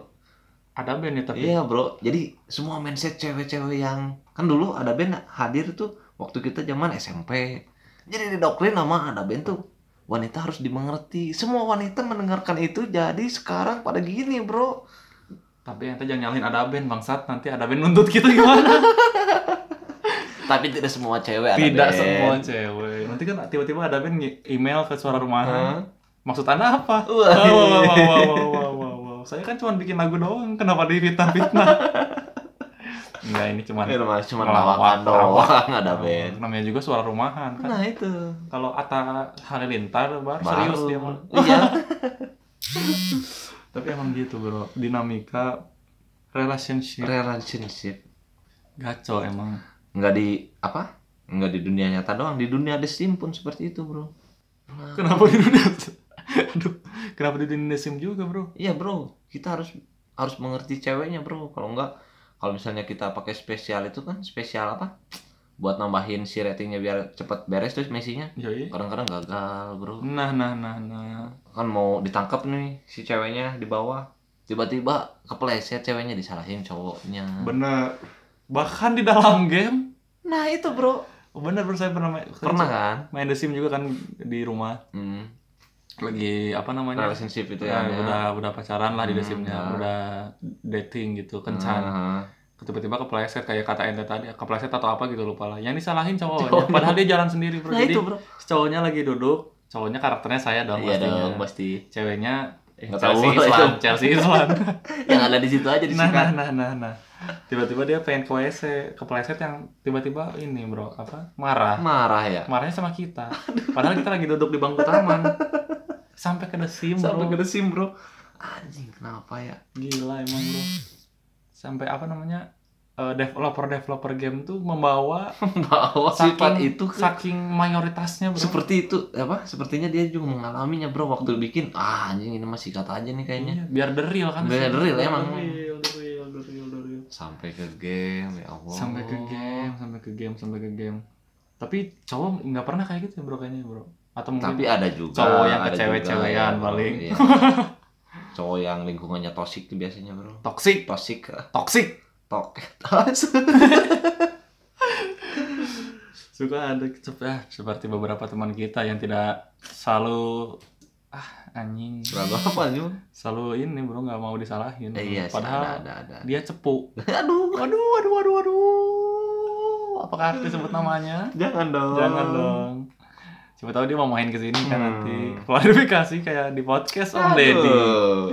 [SPEAKER 3] ada band ya tapi
[SPEAKER 2] iya bro jadi semua mindset cewek-cewek yang kan dulu ada band hadir tuh waktu kita zaman SMP jadi didoktrin sama ada band tuh wanita harus dimengerti semua wanita mendengarkan itu jadi sekarang pada gini bro
[SPEAKER 3] tapi nanti jangan nyalahin ada band bangsat nanti ada band nuntut kita gimana
[SPEAKER 2] tapi tidak semua cewek ada
[SPEAKER 3] tidak
[SPEAKER 2] band.
[SPEAKER 3] semua cewek nanti kan tiba-tiba ada band nge- email ke suara rumahan
[SPEAKER 2] Hah?
[SPEAKER 3] Maksud Anda apa? Wow,
[SPEAKER 2] Wah.
[SPEAKER 3] wow, wow, wow, wow, wow, wow, wow. Saya kan cuma bikin lagu doang, kenapa di fitnah-fitnah? Enggak, ini cuma
[SPEAKER 2] Eh, mas, cuma
[SPEAKER 3] Ngelawak,
[SPEAKER 2] lawakan
[SPEAKER 3] ngelawak.
[SPEAKER 2] doang ada band
[SPEAKER 3] Namanya juga suara rumahan kan.
[SPEAKER 2] nah itu
[SPEAKER 3] Kalau Atta Halilintar baru
[SPEAKER 2] Baru.
[SPEAKER 3] serius dia mah.
[SPEAKER 2] iya
[SPEAKER 3] Tapi emang gitu, Bro. Dinamika relationship
[SPEAKER 2] Iya. relationship
[SPEAKER 3] gaco emang.
[SPEAKER 2] nggak di apa nggak di dunia nyata doang di dunia desim pun seperti itu bro
[SPEAKER 3] Kenapa di dunia? Aduh, Kenapa didindasim juga bro?
[SPEAKER 2] Iya bro, kita harus harus mengerti ceweknya bro. Kalau enggak, kalau misalnya kita pakai spesial itu kan spesial apa? Buat nambahin si ratingnya biar cepet beres terus mesinya.
[SPEAKER 3] Yoi.
[SPEAKER 2] Kadang-kadang gagal bro.
[SPEAKER 3] Nah nah nah nah.
[SPEAKER 2] Kan mau ditangkap nih si ceweknya di bawah. Tiba-tiba kepleset ceweknya disalahin cowoknya.
[SPEAKER 3] Bener. Bahkan di dalam game. Oh,
[SPEAKER 2] Nah itu bro,
[SPEAKER 3] Bener bro saya pernah main.
[SPEAKER 2] pernah kan?
[SPEAKER 3] Main The Sims juga kan di rumah.
[SPEAKER 2] Hmm.
[SPEAKER 3] Lagi apa namanya? nah.
[SPEAKER 2] Relationship itu
[SPEAKER 3] Ya,
[SPEAKER 2] ya. ya.
[SPEAKER 3] udah udah pacaran lah di The
[SPEAKER 2] Hmm,
[SPEAKER 3] Sims-nya.
[SPEAKER 2] ya.
[SPEAKER 3] Udah dating gitu, kencan.
[SPEAKER 2] Ah.
[SPEAKER 3] Tiba-tiba kepleset kayak kata ente tadi, kepleset atau apa gitu lupa lah. Yang disalahin cowoknya. Padahal dia jalan sendiri bro.
[SPEAKER 2] Nah
[SPEAKER 3] Jadi
[SPEAKER 2] itu bro.
[SPEAKER 3] cowoknya lagi duduk, cowoknya karakternya saya dong
[SPEAKER 2] Iya
[SPEAKER 3] pastinya.
[SPEAKER 2] dong pasti.
[SPEAKER 3] Ceweknya eh,
[SPEAKER 2] Nggak
[SPEAKER 3] Chelsea
[SPEAKER 2] tahu lah
[SPEAKER 3] Islan,
[SPEAKER 2] itu.
[SPEAKER 3] Chelsea Islan.
[SPEAKER 2] Yang ada di situ aja
[SPEAKER 3] nah,
[SPEAKER 2] disikat.
[SPEAKER 3] nah, nah, nah, nah. Tiba-tiba dia pengen ke WC, kepleset yang tiba-tiba ini bro, apa, marah.
[SPEAKER 2] Marah ya.
[SPEAKER 3] Marahnya sama kita. Padahal kita lagi duduk di bangku taman. Sampai ke desim bro.
[SPEAKER 2] Sampai ke desim bro. Anjing kenapa ya?
[SPEAKER 3] Gila emang bro. Sampai apa namanya, eh, developer-developer game tuh membawa
[SPEAKER 2] Bahwa sifat itu ke-
[SPEAKER 3] saking mayoritasnya bro.
[SPEAKER 2] seperti itu apa? Sepertinya dia juga mengalaminya bro waktu bikin. Ah anjing ini masih kata aja nih kayaknya.
[SPEAKER 3] Iya, biar the real kan.
[SPEAKER 2] Biar
[SPEAKER 3] sih.
[SPEAKER 2] the real,
[SPEAKER 3] Biar
[SPEAKER 2] emang.
[SPEAKER 3] the real, the real, the real, the real.
[SPEAKER 2] Sampai ke game ya Allah.
[SPEAKER 3] Iya. sampai ke game sampai ke game sampai ke game tapi cowok nggak pernah kayak gitu ya bro kayaknya bro atau mungkin
[SPEAKER 2] Tapi ada juga
[SPEAKER 3] Cowok yang
[SPEAKER 2] ada juga
[SPEAKER 3] kecewe-cewean
[SPEAKER 2] ya, bro.
[SPEAKER 3] paling.
[SPEAKER 2] Iya. Cowok yang lingkungannya toksik tuh biasanya bro. eh,
[SPEAKER 3] toxic
[SPEAKER 2] Toksik,
[SPEAKER 3] toxic
[SPEAKER 2] tok, tos.
[SPEAKER 3] suka ada sep- ah, seperti beberapa teman kita yang tidak selalu ah anjing
[SPEAKER 2] Berapa apa nih? Bro?
[SPEAKER 3] selalu ini bro nggak mau disalahin
[SPEAKER 2] Eh, iya, sih,
[SPEAKER 3] Hmm, padahal
[SPEAKER 2] ada ada ada.
[SPEAKER 3] dia cepu
[SPEAKER 2] Aduh,
[SPEAKER 3] aduh aduh aduh aduh apakah harus disebut namanya
[SPEAKER 2] jangan dong.
[SPEAKER 3] jangan dong siapa tahu dia mau main ke sini kan
[SPEAKER 2] Hmm.
[SPEAKER 3] nanti klarifikasi kayak di podcast om deddy
[SPEAKER 2] Aduh.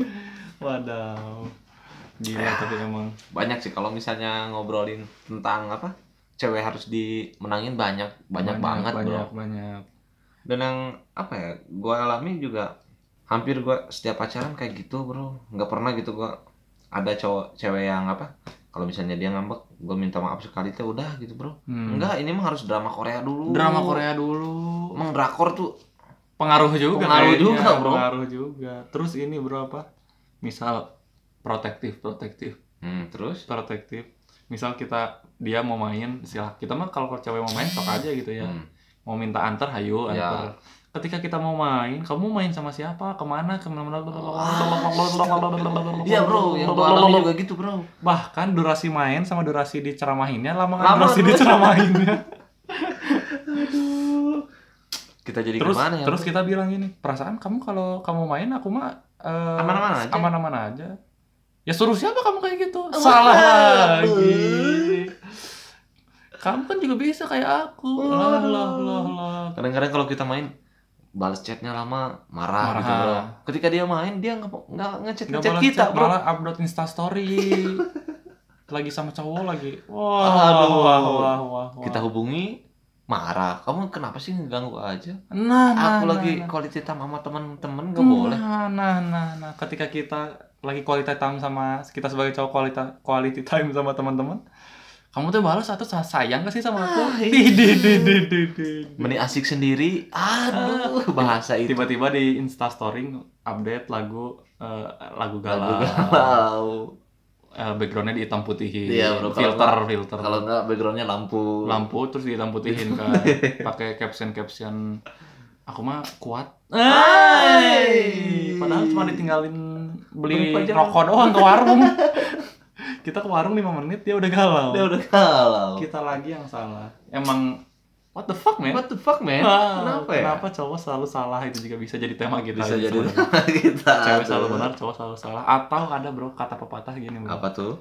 [SPEAKER 3] Wadaw. Gila tapi emang.
[SPEAKER 2] banyak sih kalau misalnya ngobrolin tentang apa cewek harus dimenangin banyak banyak, banget bro
[SPEAKER 3] banyak, Banyak,
[SPEAKER 2] dan yang apa ya gue alami juga hampir gue setiap pacaran kayak gitu bro nggak pernah gitu gue ada cowok cewek yang apa kalau misalnya dia ngambek gue minta maaf sekali tuh udah gitu bro
[SPEAKER 3] Hmm.
[SPEAKER 2] enggak ini mah harus drama Korea dulu
[SPEAKER 3] Drama Korea dulu.
[SPEAKER 2] emang drakor tuh
[SPEAKER 3] Pengaruh juga Iya,
[SPEAKER 2] Pengaruh juga, bro.
[SPEAKER 3] Pengaruh juga. Terus ini bro apa? Misal protektif, protektif,
[SPEAKER 2] hmm, terus
[SPEAKER 3] protektif. Misal kita dia mau main, silah kita mah kalau cewek mau main sok aja gitu ya.
[SPEAKER 2] Hmm.
[SPEAKER 3] Mau minta antar, hayu
[SPEAKER 2] Ya.
[SPEAKER 3] antar. Ketika kita mau main, kamu main sama siapa? Kemana? Kemana?
[SPEAKER 2] iya bro yang gue alami juga gitu bro
[SPEAKER 3] bahkan durasi main sama durasi diceramahinnya lama,
[SPEAKER 2] Lama,
[SPEAKER 3] durasi
[SPEAKER 2] bro.
[SPEAKER 3] diceramahinnya
[SPEAKER 2] kita jadi
[SPEAKER 3] terus
[SPEAKER 2] gimana ya
[SPEAKER 3] terus
[SPEAKER 2] bro?
[SPEAKER 3] kita bilang ini perasaan kamu kalau kamu main aku mah eh,
[SPEAKER 2] Aman-aman aja."
[SPEAKER 3] aman-aman aja ya suruh siapa kamu kayak gitu
[SPEAKER 2] Aman,
[SPEAKER 3] salah
[SPEAKER 2] bro.
[SPEAKER 3] lagi kamu kan juga bisa kayak aku
[SPEAKER 2] Hmm.
[SPEAKER 3] lah lah lah lah
[SPEAKER 2] kadang-kadang kalau kita main balas chatnya lama marah,
[SPEAKER 3] Marah.
[SPEAKER 2] gitu bro ketika dia main dia nggak nggak ngechat
[SPEAKER 3] Nggak
[SPEAKER 2] ngechat
[SPEAKER 3] malah
[SPEAKER 2] kita
[SPEAKER 3] chat,
[SPEAKER 2] bro
[SPEAKER 3] malah upload instastory lagi sama cowok lagi wah
[SPEAKER 2] Aduh.
[SPEAKER 3] wah wah wah, wah.
[SPEAKER 2] kita hubungi marah kamu kenapa sih ngeganggu aja
[SPEAKER 3] nah, nah,
[SPEAKER 2] aku
[SPEAKER 3] nah,
[SPEAKER 2] lagi
[SPEAKER 3] nah.
[SPEAKER 2] quality time sama temen-temen nggak boleh
[SPEAKER 3] Nah, nah, nah, nah. Ketika kita lagi quality time sama kita sebagai cowok quality quality time sama teman-teman, kamu tuh balas atau sa- sayang gak sih sama aku?
[SPEAKER 2] Ah,
[SPEAKER 3] Di,
[SPEAKER 2] iya.
[SPEAKER 3] di, di, di, di, di, di.
[SPEAKER 2] meni asik sendiri aduh bahasa itu
[SPEAKER 3] Tiba-tiba di Insta Story update lagu eh, lagu galau.
[SPEAKER 2] Lagu galau
[SPEAKER 3] Eh, backgroundnya di hitam putihin.
[SPEAKER 2] Iya, bro. Kalau
[SPEAKER 3] filter, filter.
[SPEAKER 2] kalau nggak backgroundnya lampu
[SPEAKER 3] lampu terus dihitam putihin kan. Pakai caption-caption aku mah kuat.
[SPEAKER 2] Hai.
[SPEAKER 3] Padahal cuma ditinggalin beli
[SPEAKER 2] Beli pajangan.
[SPEAKER 3] rokok doang ke warung. kita ke warung 5 menit dia udah galau.
[SPEAKER 2] dia udah galau
[SPEAKER 3] Kita lagi yang salah. Emang what the fuck man?
[SPEAKER 2] what the fuck man
[SPEAKER 3] Ah,
[SPEAKER 2] kenapa ya
[SPEAKER 3] Kenapa cowok selalu salah itu juga bisa jadi tema kita.
[SPEAKER 2] bisa
[SPEAKER 3] itu
[SPEAKER 2] jadi
[SPEAKER 3] sebenarnya.
[SPEAKER 2] kita
[SPEAKER 3] cewek
[SPEAKER 2] aduh.
[SPEAKER 3] selalu benar, cowok selalu salah. Atau ada bro kata pepatah gini bro.
[SPEAKER 2] apa tuh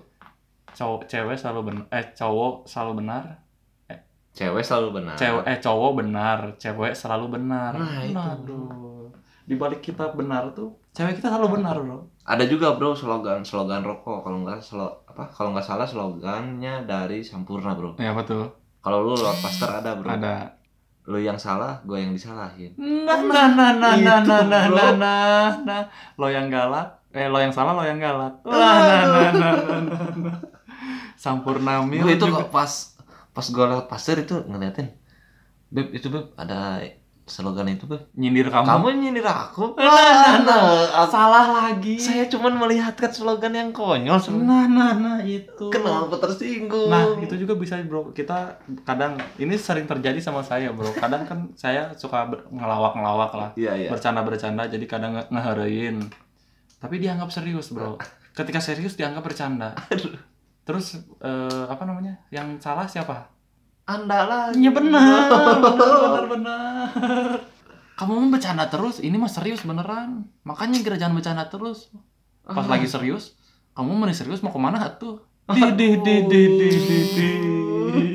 [SPEAKER 3] Cowok cewek selalu benar, eh cowok selalu benar,
[SPEAKER 2] cewek selalu benar
[SPEAKER 3] cewek eh cowok benar, cewek selalu benar.
[SPEAKER 2] Nah, itu.
[SPEAKER 3] Aduh. Di balik kita benar tuh, cewek kita selalu benar bro.
[SPEAKER 2] ada juga bro slogan slogan rokok kalau nggak selo apa kalau nggak salah slogannya dari Sampurna bro
[SPEAKER 3] Ya betul.
[SPEAKER 2] kalau lu Lord Pastor Iya, ada bro
[SPEAKER 3] Ada.
[SPEAKER 2] lu yang salah gue yang disalahin
[SPEAKER 3] Nah nah nah nah nah
[SPEAKER 2] Itu,
[SPEAKER 3] nah nah
[SPEAKER 2] bro.
[SPEAKER 3] nah nah nah. Lo yang galak, eh lo yang salah lo yang galak. Nah nah nah nah nah, nah nah. Sampurna mil
[SPEAKER 2] gue itu
[SPEAKER 3] juga.
[SPEAKER 2] kok pas pas gue Lord Pastor itu ngeliatin beb itu beb ada slogan itu Beb?
[SPEAKER 3] nyindir kamu,
[SPEAKER 2] Kamu nyindir aku?
[SPEAKER 3] Nah, nah,
[SPEAKER 2] nah.
[SPEAKER 3] salah lagi
[SPEAKER 2] Saya cuman melihatkan slogan yang konyol. Sen-
[SPEAKER 3] nah nah nah itu
[SPEAKER 2] Kenapa tersinggung?
[SPEAKER 3] Nah, itu juga bisa, Bro. Kita kadang ini sering terjadi sama saya, Bro. Kadang kan saya suka ber- ngelawak-ngelawak lah,
[SPEAKER 2] Iya, iya.
[SPEAKER 3] bercanda-bercanda jadi kadang nge- ngeherein. Tapi dianggap serius, Bro. Ketika serius dianggap bercanda. Terus eh, apa namanya? Yang salah siapa?
[SPEAKER 2] Anda lah.
[SPEAKER 3] Ya benar, benar, benar. Kamu mau bercanda terus, ini mah serius beneran. Makanya kira jangan bercanda terus. Pas lagi serius, kamu mau serius mau kemana tuh? Ah. Di di di di di di di.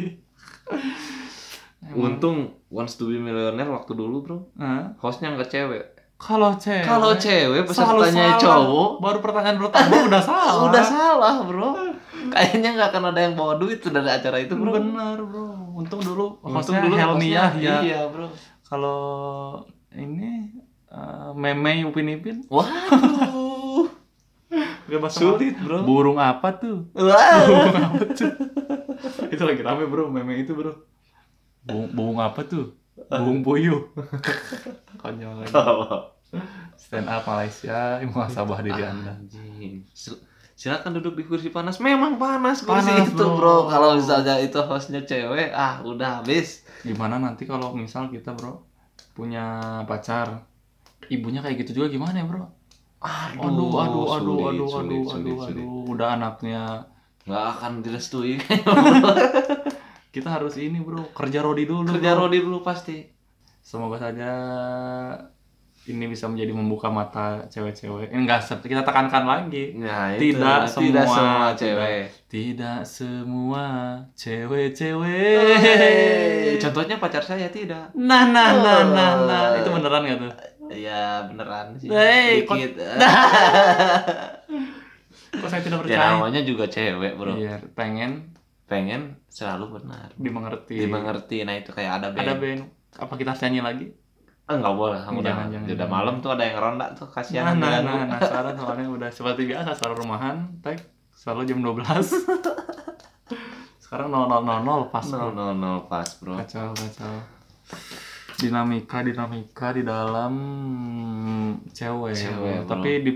[SPEAKER 3] Emang-
[SPEAKER 2] Untung Wants to be Millionaire waktu dulu, Bro.
[SPEAKER 3] Hah?
[SPEAKER 2] Hostnya nggak cewek.
[SPEAKER 3] Kalau cewek,
[SPEAKER 2] Kalau cewek
[SPEAKER 3] selalu Eh,
[SPEAKER 2] pesertanya
[SPEAKER 3] salah.
[SPEAKER 2] cowok,
[SPEAKER 3] baru pertanyaan pertama udah salah.
[SPEAKER 2] udah salah, Bro. Kayaknya nggak akan ada yang bawa duit dari acara itu, Bro.
[SPEAKER 3] benar bro. Untung dulu,
[SPEAKER 2] Untung
[SPEAKER 3] hostnya ya. Helmi
[SPEAKER 2] hostnya-
[SPEAKER 3] Yahya.
[SPEAKER 2] Iya, Bro.
[SPEAKER 3] Kalau ini eh, meme Upin Ipin,
[SPEAKER 2] Waduh.
[SPEAKER 3] bebas
[SPEAKER 2] Sulit, Bro.
[SPEAKER 3] Burung apa tuh?
[SPEAKER 2] Wah.
[SPEAKER 3] apa tuh? itu lagi rame bro, meme itu bro. Bung, bung apa tuh? Bung puyuh. Konyol lagi. Stand up Malaysia, muhasabah diri anda.
[SPEAKER 2] Anjing. Sil- Silakan duduk di kursi panas. Memang panas kursi
[SPEAKER 3] Panas,
[SPEAKER 2] itu,
[SPEAKER 3] Bro.
[SPEAKER 2] Bro. Kalau misalnya itu hostnya cewek, ah udah habis.
[SPEAKER 3] Gimana nanti kalau misal kita bro punya pacar, ibunya kayak gitu juga gimana ya bro?
[SPEAKER 2] Aduh,
[SPEAKER 3] Aduh, aduh, aduh,
[SPEAKER 2] sulit,
[SPEAKER 3] aduh,
[SPEAKER 2] sulit,
[SPEAKER 3] aduh,
[SPEAKER 2] sulit,
[SPEAKER 3] aduh,
[SPEAKER 2] sulit.
[SPEAKER 3] aduh, udah anaknya.
[SPEAKER 2] Nggak akan direstui.
[SPEAKER 3] Kita harus ini bro, kerja rodi dulu.
[SPEAKER 2] Kerja
[SPEAKER 3] bro.
[SPEAKER 2] Rodi dulu pasti.
[SPEAKER 3] Semoga saja ini bisa menjadi membuka mata cewek-cewek. Ini enggak kita tekankan lagi.
[SPEAKER 2] Nah, itu.
[SPEAKER 3] Tidak semua,
[SPEAKER 2] tidak semua
[SPEAKER 3] tidak.
[SPEAKER 2] cewek.
[SPEAKER 3] Tidak semua
[SPEAKER 2] Hey. Oh.
[SPEAKER 3] cewek-cewek.
[SPEAKER 2] Contohnya pacar saya tidak.
[SPEAKER 3] Nah, nah, nah, nah, nah. Itu beneran gak tuh?
[SPEAKER 2] Ya beneran sih.
[SPEAKER 3] Hey, kok- Nah.
[SPEAKER 2] Dikit. eh,
[SPEAKER 3] Kok saya tidak
[SPEAKER 2] ya
[SPEAKER 3] percaya?
[SPEAKER 2] namanya juga cewek, Bro.
[SPEAKER 3] Iya, pengen
[SPEAKER 2] Pengen selalu benar.
[SPEAKER 3] dimengerti.
[SPEAKER 2] Dimengerti. Nah, itu kayak ada band.
[SPEAKER 3] Iya. Ada band. Apa kita harus nyanyi lagi?
[SPEAKER 2] Ah, nggak boleh. Udah,
[SPEAKER 3] Jangan, jangan,
[SPEAKER 2] udah
[SPEAKER 3] jangan.
[SPEAKER 2] malam tuh ada yang ronda tuh kasihan
[SPEAKER 3] Nah, nah,
[SPEAKER 2] diganggu.
[SPEAKER 3] nah, nah, sekarang soalnya udah seperti biasa, suara rumahan, tag, selalu jam 12. sekarang 0000 pas.
[SPEAKER 2] No, no, no, pas, Bro.
[SPEAKER 3] kacau kacau dinamika dinamika di dalam cewek,
[SPEAKER 2] Cewek, bro.
[SPEAKER 3] tapi di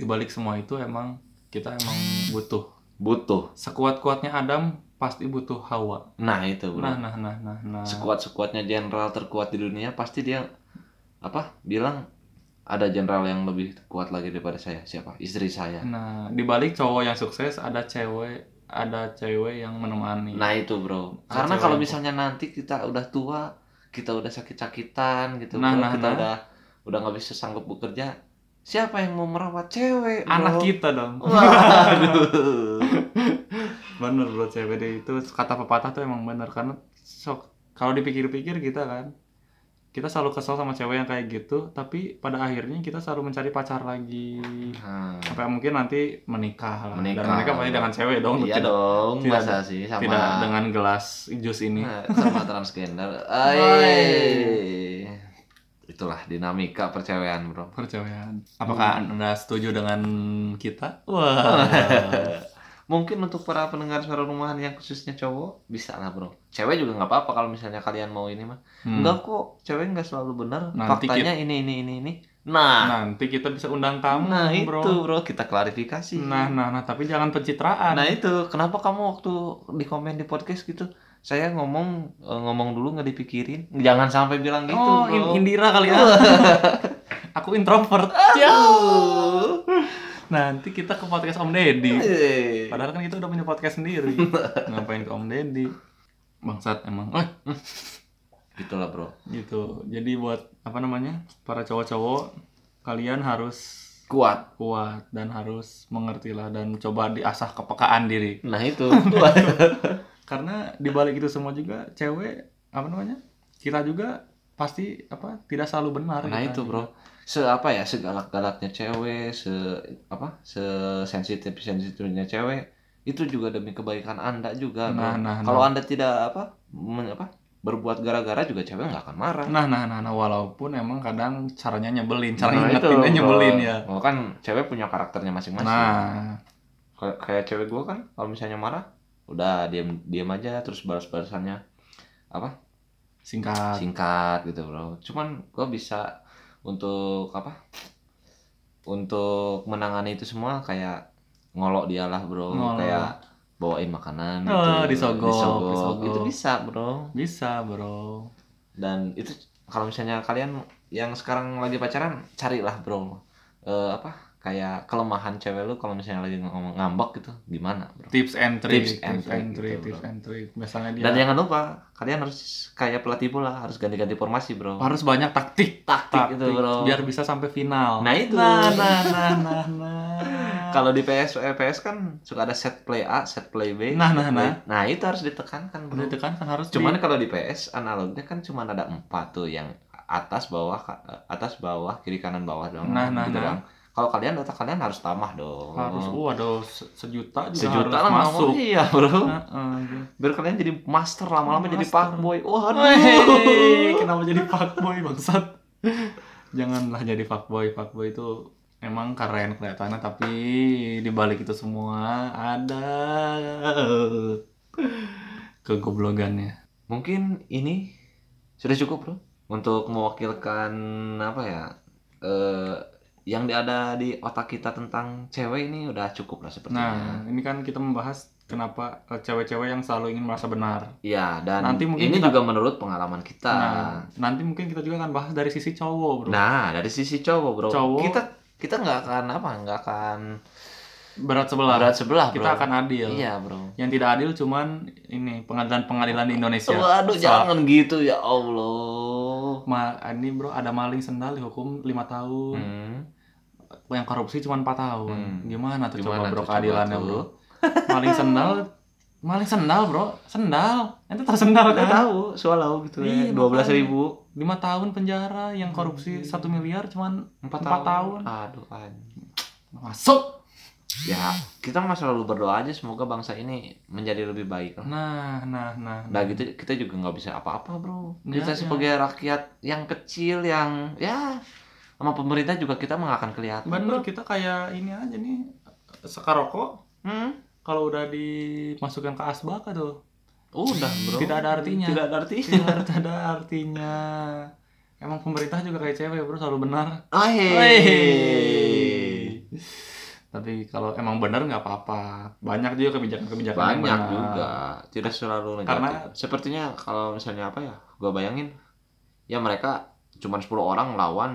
[SPEAKER 3] dibalik semua itu emang kita emang butuh
[SPEAKER 2] Butuh.
[SPEAKER 3] sekuat kuatnya Adam pasti butuh Hawa
[SPEAKER 2] Nah, itu, Bro.
[SPEAKER 3] nah nah nah nah nah
[SPEAKER 2] sekuat-sekuatnya jenderal terkuat di dunia pasti dia apa bilang ada jenderal yang lebih kuat lagi daripada saya siapa istri saya
[SPEAKER 3] nah dibalik cowok yang sukses ada cewek ada cewek yang menemani
[SPEAKER 2] nah itu bro
[SPEAKER 3] Ada
[SPEAKER 2] karena
[SPEAKER 3] cewek
[SPEAKER 2] kalau
[SPEAKER 3] yang-
[SPEAKER 2] misalnya nanti kita udah tua kita udah sakit-sakitan gitu
[SPEAKER 3] Nah,
[SPEAKER 2] bro.
[SPEAKER 3] nah,
[SPEAKER 2] kita
[SPEAKER 3] nah.
[SPEAKER 2] udah udah nggak bisa sanggup bekerja siapa yang mau merawat cewek bro?
[SPEAKER 3] anak kita
[SPEAKER 2] Oh,
[SPEAKER 3] dong
[SPEAKER 2] Waduh.
[SPEAKER 3] bener bro cewek deh, itu kata pepatah tuh emang bener karena sok kalau dipikir-pikir kita kan kita selalu kesel sama cewek yang kayak gitu tapi pada akhirnya kita selalu mencari pacar lagi
[SPEAKER 2] Nah,
[SPEAKER 3] sampai mungkin nanti menikah lah dan
[SPEAKER 2] Menikah.
[SPEAKER 3] mereka pasti dengan cewek dong
[SPEAKER 2] iya
[SPEAKER 3] tidak
[SPEAKER 2] dong
[SPEAKER 3] tidak-
[SPEAKER 2] masa sih sama
[SPEAKER 3] tidak dengan gelas jus ini
[SPEAKER 2] Nah, sama transgender Ay. itulah dinamika percewaan bro
[SPEAKER 3] percewaan Hmm. apakah anda setuju dengan kita wah
[SPEAKER 2] Mungkin untuk para pendengar suara rumahan yang khususnya cowok bisa lah bro. Cewek juga nggak apa-apa kalau misalnya kalian mau ini mah.
[SPEAKER 3] Hmm. Nah,
[SPEAKER 2] Enggak kok, cewek nggak selalu benar.
[SPEAKER 3] Nanti
[SPEAKER 2] Faktanya ini ini ini ini. Nah,
[SPEAKER 3] nanti kita bisa undang kamu
[SPEAKER 2] nah
[SPEAKER 3] bro
[SPEAKER 2] itu bro kita klarifikasi.
[SPEAKER 3] nah nah nah tapi jangan pencitraan
[SPEAKER 2] Nah, itu kenapa kamu waktu di komen di podcast gitu saya ngomong eh, ngomong dulu nggak dipikirin. Jangan sampai bilang gitu
[SPEAKER 3] oh,
[SPEAKER 2] bro.
[SPEAKER 3] In- Indira kali ya. Aku introvert. Ya. Nanti kita ke podcast Om Deddy.
[SPEAKER 2] Eh.
[SPEAKER 3] Padahal kan kita udah punya podcast sendiri. Ngapain ke Om Deddy? Bangsat emang. Eh,
[SPEAKER 2] Gitulah bro.
[SPEAKER 3] gitu. Jadi buat apa namanya? Para cowok-cowok kalian harus
[SPEAKER 2] Kuat.
[SPEAKER 3] kuat dan harus mengertilah dan coba diasah kepekaan diri.
[SPEAKER 2] Nah itu.
[SPEAKER 3] Karena dibalik itu semua juga cewek apa namanya? Kita juga pasti apa tidak selalu benar gitu kan.
[SPEAKER 2] Nah
[SPEAKER 3] kita
[SPEAKER 2] itu
[SPEAKER 3] juga.
[SPEAKER 2] bro, se apa ya segalak galaknya cewek, se apa se sensitif sensitifnya cewek itu juga demi kebaikan anda juga. bro.
[SPEAKER 3] Nah, nah,
[SPEAKER 2] Kalau anda tidak apa men- apa berbuat gara-gara juga cewek nggak akan marah.
[SPEAKER 3] Nah, nah, nah, nah, walaupun emang kadang caranya nyebelin,
[SPEAKER 2] Nah,
[SPEAKER 3] caranya
[SPEAKER 2] itu,
[SPEAKER 3] ngingetinnya
[SPEAKER 2] bro.
[SPEAKER 3] nyebelin ya.
[SPEAKER 2] Kalau kan cewek punya karakternya masing-masing.
[SPEAKER 3] Nah,
[SPEAKER 2] Kayak- kayak cewek gua kan kalau misalnya marah udah diam diam aja terus balas balasannya apa
[SPEAKER 3] singkat
[SPEAKER 2] singkat gitu bro cuman gue bisa untuk apa untuk menangani itu semua kayak ngolok dia lah bro
[SPEAKER 3] Ngolok.
[SPEAKER 2] kayak bawain makanan gitu
[SPEAKER 3] Oh, disogok,
[SPEAKER 2] Disogok.
[SPEAKER 3] disogok.
[SPEAKER 2] itu bisa bro
[SPEAKER 3] bisa bro
[SPEAKER 2] dan itu kalau misalnya kalian yang sekarang lagi pacaran carilah bro Eh, apa kayak kelemahan cewek lu kalau misalnya lagi ngomong ngambek gitu gimana bro
[SPEAKER 3] tips and trick
[SPEAKER 2] Tips and trick gitu,
[SPEAKER 3] tips
[SPEAKER 2] bro.
[SPEAKER 3] and trick misalnya dia
[SPEAKER 2] dan jangan lupa kalian harus kayak pelatih bola harus ganti-ganti formasi bro
[SPEAKER 3] harus banyak taktik
[SPEAKER 2] taktik, itu bro
[SPEAKER 3] biar bisa sampai final
[SPEAKER 2] Nah itu.
[SPEAKER 3] nah nah nah nah, nah.
[SPEAKER 2] Kalau di PS eh, PS kan suka ada set play A, set play B.
[SPEAKER 3] Nah,
[SPEAKER 2] set
[SPEAKER 3] nah,
[SPEAKER 2] play-
[SPEAKER 3] nah.
[SPEAKER 2] Nah, itu harus ditekankan, Bro.
[SPEAKER 3] Udah itu kan kan harus di-
[SPEAKER 2] Cuman kalau di PS analognya kan cuman ada empat tuh yang atas bawah ka- atas bawah kiri kanan bawah doang.
[SPEAKER 3] Nah, nah,
[SPEAKER 2] gitu
[SPEAKER 3] nah.
[SPEAKER 2] doang. Kalau kalian otak kalian harus tambah dong.
[SPEAKER 3] harus waduh se- sejuta juga
[SPEAKER 2] Oh. sejuta
[SPEAKER 3] harus
[SPEAKER 2] lah
[SPEAKER 3] masuk
[SPEAKER 2] masuk. Iya, Bro.
[SPEAKER 3] Heeh, gitu.
[SPEAKER 2] Biar kalian jadi master lama-lama jadi
[SPEAKER 3] Master.
[SPEAKER 2] fuckboy.
[SPEAKER 3] Hei,
[SPEAKER 2] Waduh.
[SPEAKER 3] kenapa jadi fuckboy bangsat? Janganlah jadi fuckboy. Fuckboy itu emang keren kelihatannya tapi di balik itu semua ada kegoblogannya.
[SPEAKER 2] Mungkin ini sudah cukup, Bro. Untuk mewakilkan apa ya? Eh yang ada di otak kita tentang cewek ini udah cukup lah
[SPEAKER 3] Nah,
[SPEAKER 2] sepertinya.
[SPEAKER 3] ini kan kita membahas kenapa eh, cewek-cewek yang selalu ingin merasa benar.
[SPEAKER 2] Iya, dan
[SPEAKER 3] Nanti mungkin
[SPEAKER 2] ini
[SPEAKER 3] kita-
[SPEAKER 2] juga menurut pengalaman kita.
[SPEAKER 3] Nah, nanti mungkin kita juga akan bahas dari sisi cowok, Bro.
[SPEAKER 2] Nah, dari sisi cowok, Bro.
[SPEAKER 3] Cowok-
[SPEAKER 2] Kita kita nggak akan apa? nggak akan
[SPEAKER 3] Berat sebelah.
[SPEAKER 2] berat sebelah, Bro.
[SPEAKER 3] kita akan adil.
[SPEAKER 2] Iya, Bro.
[SPEAKER 3] Yang tidak adil cuman ini pengadilan-pengadilan di Indonesia.
[SPEAKER 2] Waduh,
[SPEAKER 3] Sa-
[SPEAKER 2] jangan gitu ya Allah.
[SPEAKER 3] Ma, ini bro ada maling sendal dihukum 5 tahun.
[SPEAKER 2] Hmm.
[SPEAKER 3] Yang korupsi cuma 4 tahun.
[SPEAKER 2] Hmm.
[SPEAKER 3] Gimana tuh
[SPEAKER 2] Gimana
[SPEAKER 3] coba bro
[SPEAKER 2] tuh, coba
[SPEAKER 3] keadilannya
[SPEAKER 2] tuh?
[SPEAKER 3] bro? Maling sendal, maling sendal bro, sendal. Ente tahu sendal
[SPEAKER 2] Nggak
[SPEAKER 3] kan?
[SPEAKER 2] tahu, soalnya gitu
[SPEAKER 3] Iya,
[SPEAKER 2] ya.
[SPEAKER 3] makanya.
[SPEAKER 2] 12 ribu
[SPEAKER 3] 5 tahun penjara, yang korupsi
[SPEAKER 2] Hmm.
[SPEAKER 3] 1 miliar cuman 4, tahun.
[SPEAKER 2] Aduh, anjing.
[SPEAKER 3] Masuk.
[SPEAKER 2] ya kita mah selalu berdoa aja semoga bangsa ini menjadi lebih baik lah.
[SPEAKER 3] Nah, nah, nah.
[SPEAKER 2] Nah gitu kita juga nggak bisa apa-apa bro.
[SPEAKER 3] Ya, ya.
[SPEAKER 2] Kita sebagai rakyat yang kecil yang ya sama pemerintah juga kita mah nggak akan kelihatan.
[SPEAKER 3] Bener
[SPEAKER 2] bro.
[SPEAKER 3] kita kayak ini aja nih sekaroko
[SPEAKER 2] Hmm,
[SPEAKER 3] kalau udah dimasukkan ke asbak tuh
[SPEAKER 2] udah bro.
[SPEAKER 3] tidak ada artinya.
[SPEAKER 2] Tidak ada artinya.
[SPEAKER 3] Tidak ada- ada artinya. Emang pemerintah juga kayak cewek bro selalu benar.
[SPEAKER 2] Oh,
[SPEAKER 3] Wey. Tapi kalau emang benar nggak apa-apa. Banyak juga kebijakan-kebijakan yang
[SPEAKER 2] Banyak
[SPEAKER 3] benar.
[SPEAKER 2] juga. Tidak selalu negatif.
[SPEAKER 3] Karena-
[SPEAKER 2] Sepertinya kalau misalnya apa ya, gua bayangin ya mereka cuman 10 orang lawan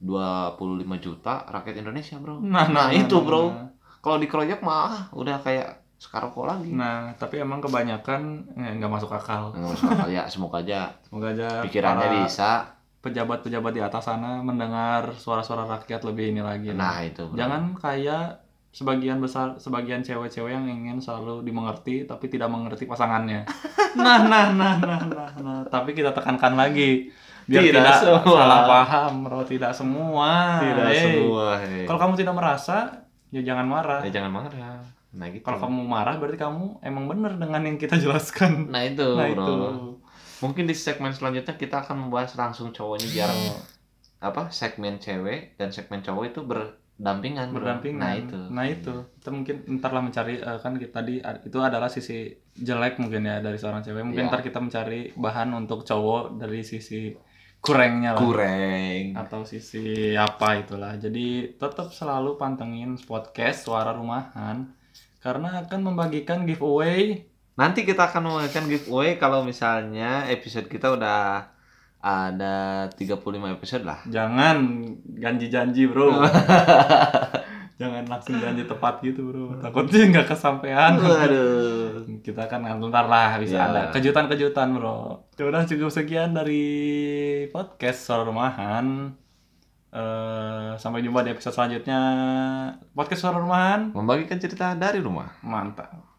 [SPEAKER 2] 25 juta rakyat Indonesia bro.
[SPEAKER 3] Nah, nah,
[SPEAKER 2] Nah, itu,
[SPEAKER 3] nah,
[SPEAKER 2] bro.
[SPEAKER 3] nah.
[SPEAKER 2] Kalau dikeroyok mah ah, udah kayak sekarang kok lagi.
[SPEAKER 3] Nah, tapi emang kebanyakan eh, nggak masuk akal.
[SPEAKER 2] Nggak usah, ya semoga aja
[SPEAKER 3] Semoga aja
[SPEAKER 2] pikirannya
[SPEAKER 3] para
[SPEAKER 2] bisa.
[SPEAKER 3] pejabat-pejabat di atas sana mendengar suara-suara rakyat lebih ini lagi.
[SPEAKER 2] Nah itu. bro.
[SPEAKER 3] Iya. Jangan kayak sebagian besar sebagian cewek-cewek yang ingin selalu dimengerti tapi tidak mengerti pasangannya. Nah, nah, nah, nah, nah, nah. Tapi kita tekankan lagi biar
[SPEAKER 2] Tidak
[SPEAKER 3] tidak,
[SPEAKER 2] semua.
[SPEAKER 3] salah paham, bro. Tidak semua.
[SPEAKER 2] Tidak
[SPEAKER 3] Hey.
[SPEAKER 2] semua. hei.
[SPEAKER 3] Nah, iya. Kalau kamu tidak merasa, ya jangan marah.
[SPEAKER 2] Ya, jangan marah. Nah gitu.
[SPEAKER 3] Kalau kamu marah berarti kamu emang benar dengan yang kita jelaskan.
[SPEAKER 2] Nah itu.
[SPEAKER 3] Nah
[SPEAKER 2] bro.
[SPEAKER 3] itu.
[SPEAKER 2] Mungkin di segmen selanjutnya kita akan membahas langsung cowoknya biar
[SPEAKER 3] Hmm.
[SPEAKER 2] apa segmen cewek dan segmen cowok itu berdampingan. bro.
[SPEAKER 3] berdampingan.
[SPEAKER 2] Nah itu.
[SPEAKER 3] Nah itu. Kita mungkin ntar lah mencari eh, kan kita tadi ad- itu adalah sisi jelek mungkin ya dari seorang cewek. Mungkin
[SPEAKER 2] Iya.
[SPEAKER 3] ntar kita mencari bahan untuk cowok dari sisi kurangnya lah.
[SPEAKER 2] Kureng.
[SPEAKER 3] atau sisi apa itulah. Jadi tetap selalu pantengin podcast Suara Rumahan karena akan membagikan giveaway
[SPEAKER 2] Nanti kita akan mengadakan giveaway kalau misalnya episode kita udah ada 35 episode lah.
[SPEAKER 3] Jangan janji-janji bro Jangan langsung janji tepat gitu bro Takutnya nggak kesampaian
[SPEAKER 2] Aduh.
[SPEAKER 3] Kita kan ntar lah bisa
[SPEAKER 2] Iya.
[SPEAKER 3] ada kejutan-kejutan bro Ya udah cukup sekian dari podcast Suara Rumahan Eh, Sampai jumpa di episode selanjutnya Podcast Suara Rumahan
[SPEAKER 2] Membagikan cerita dari rumah.
[SPEAKER 3] Mantap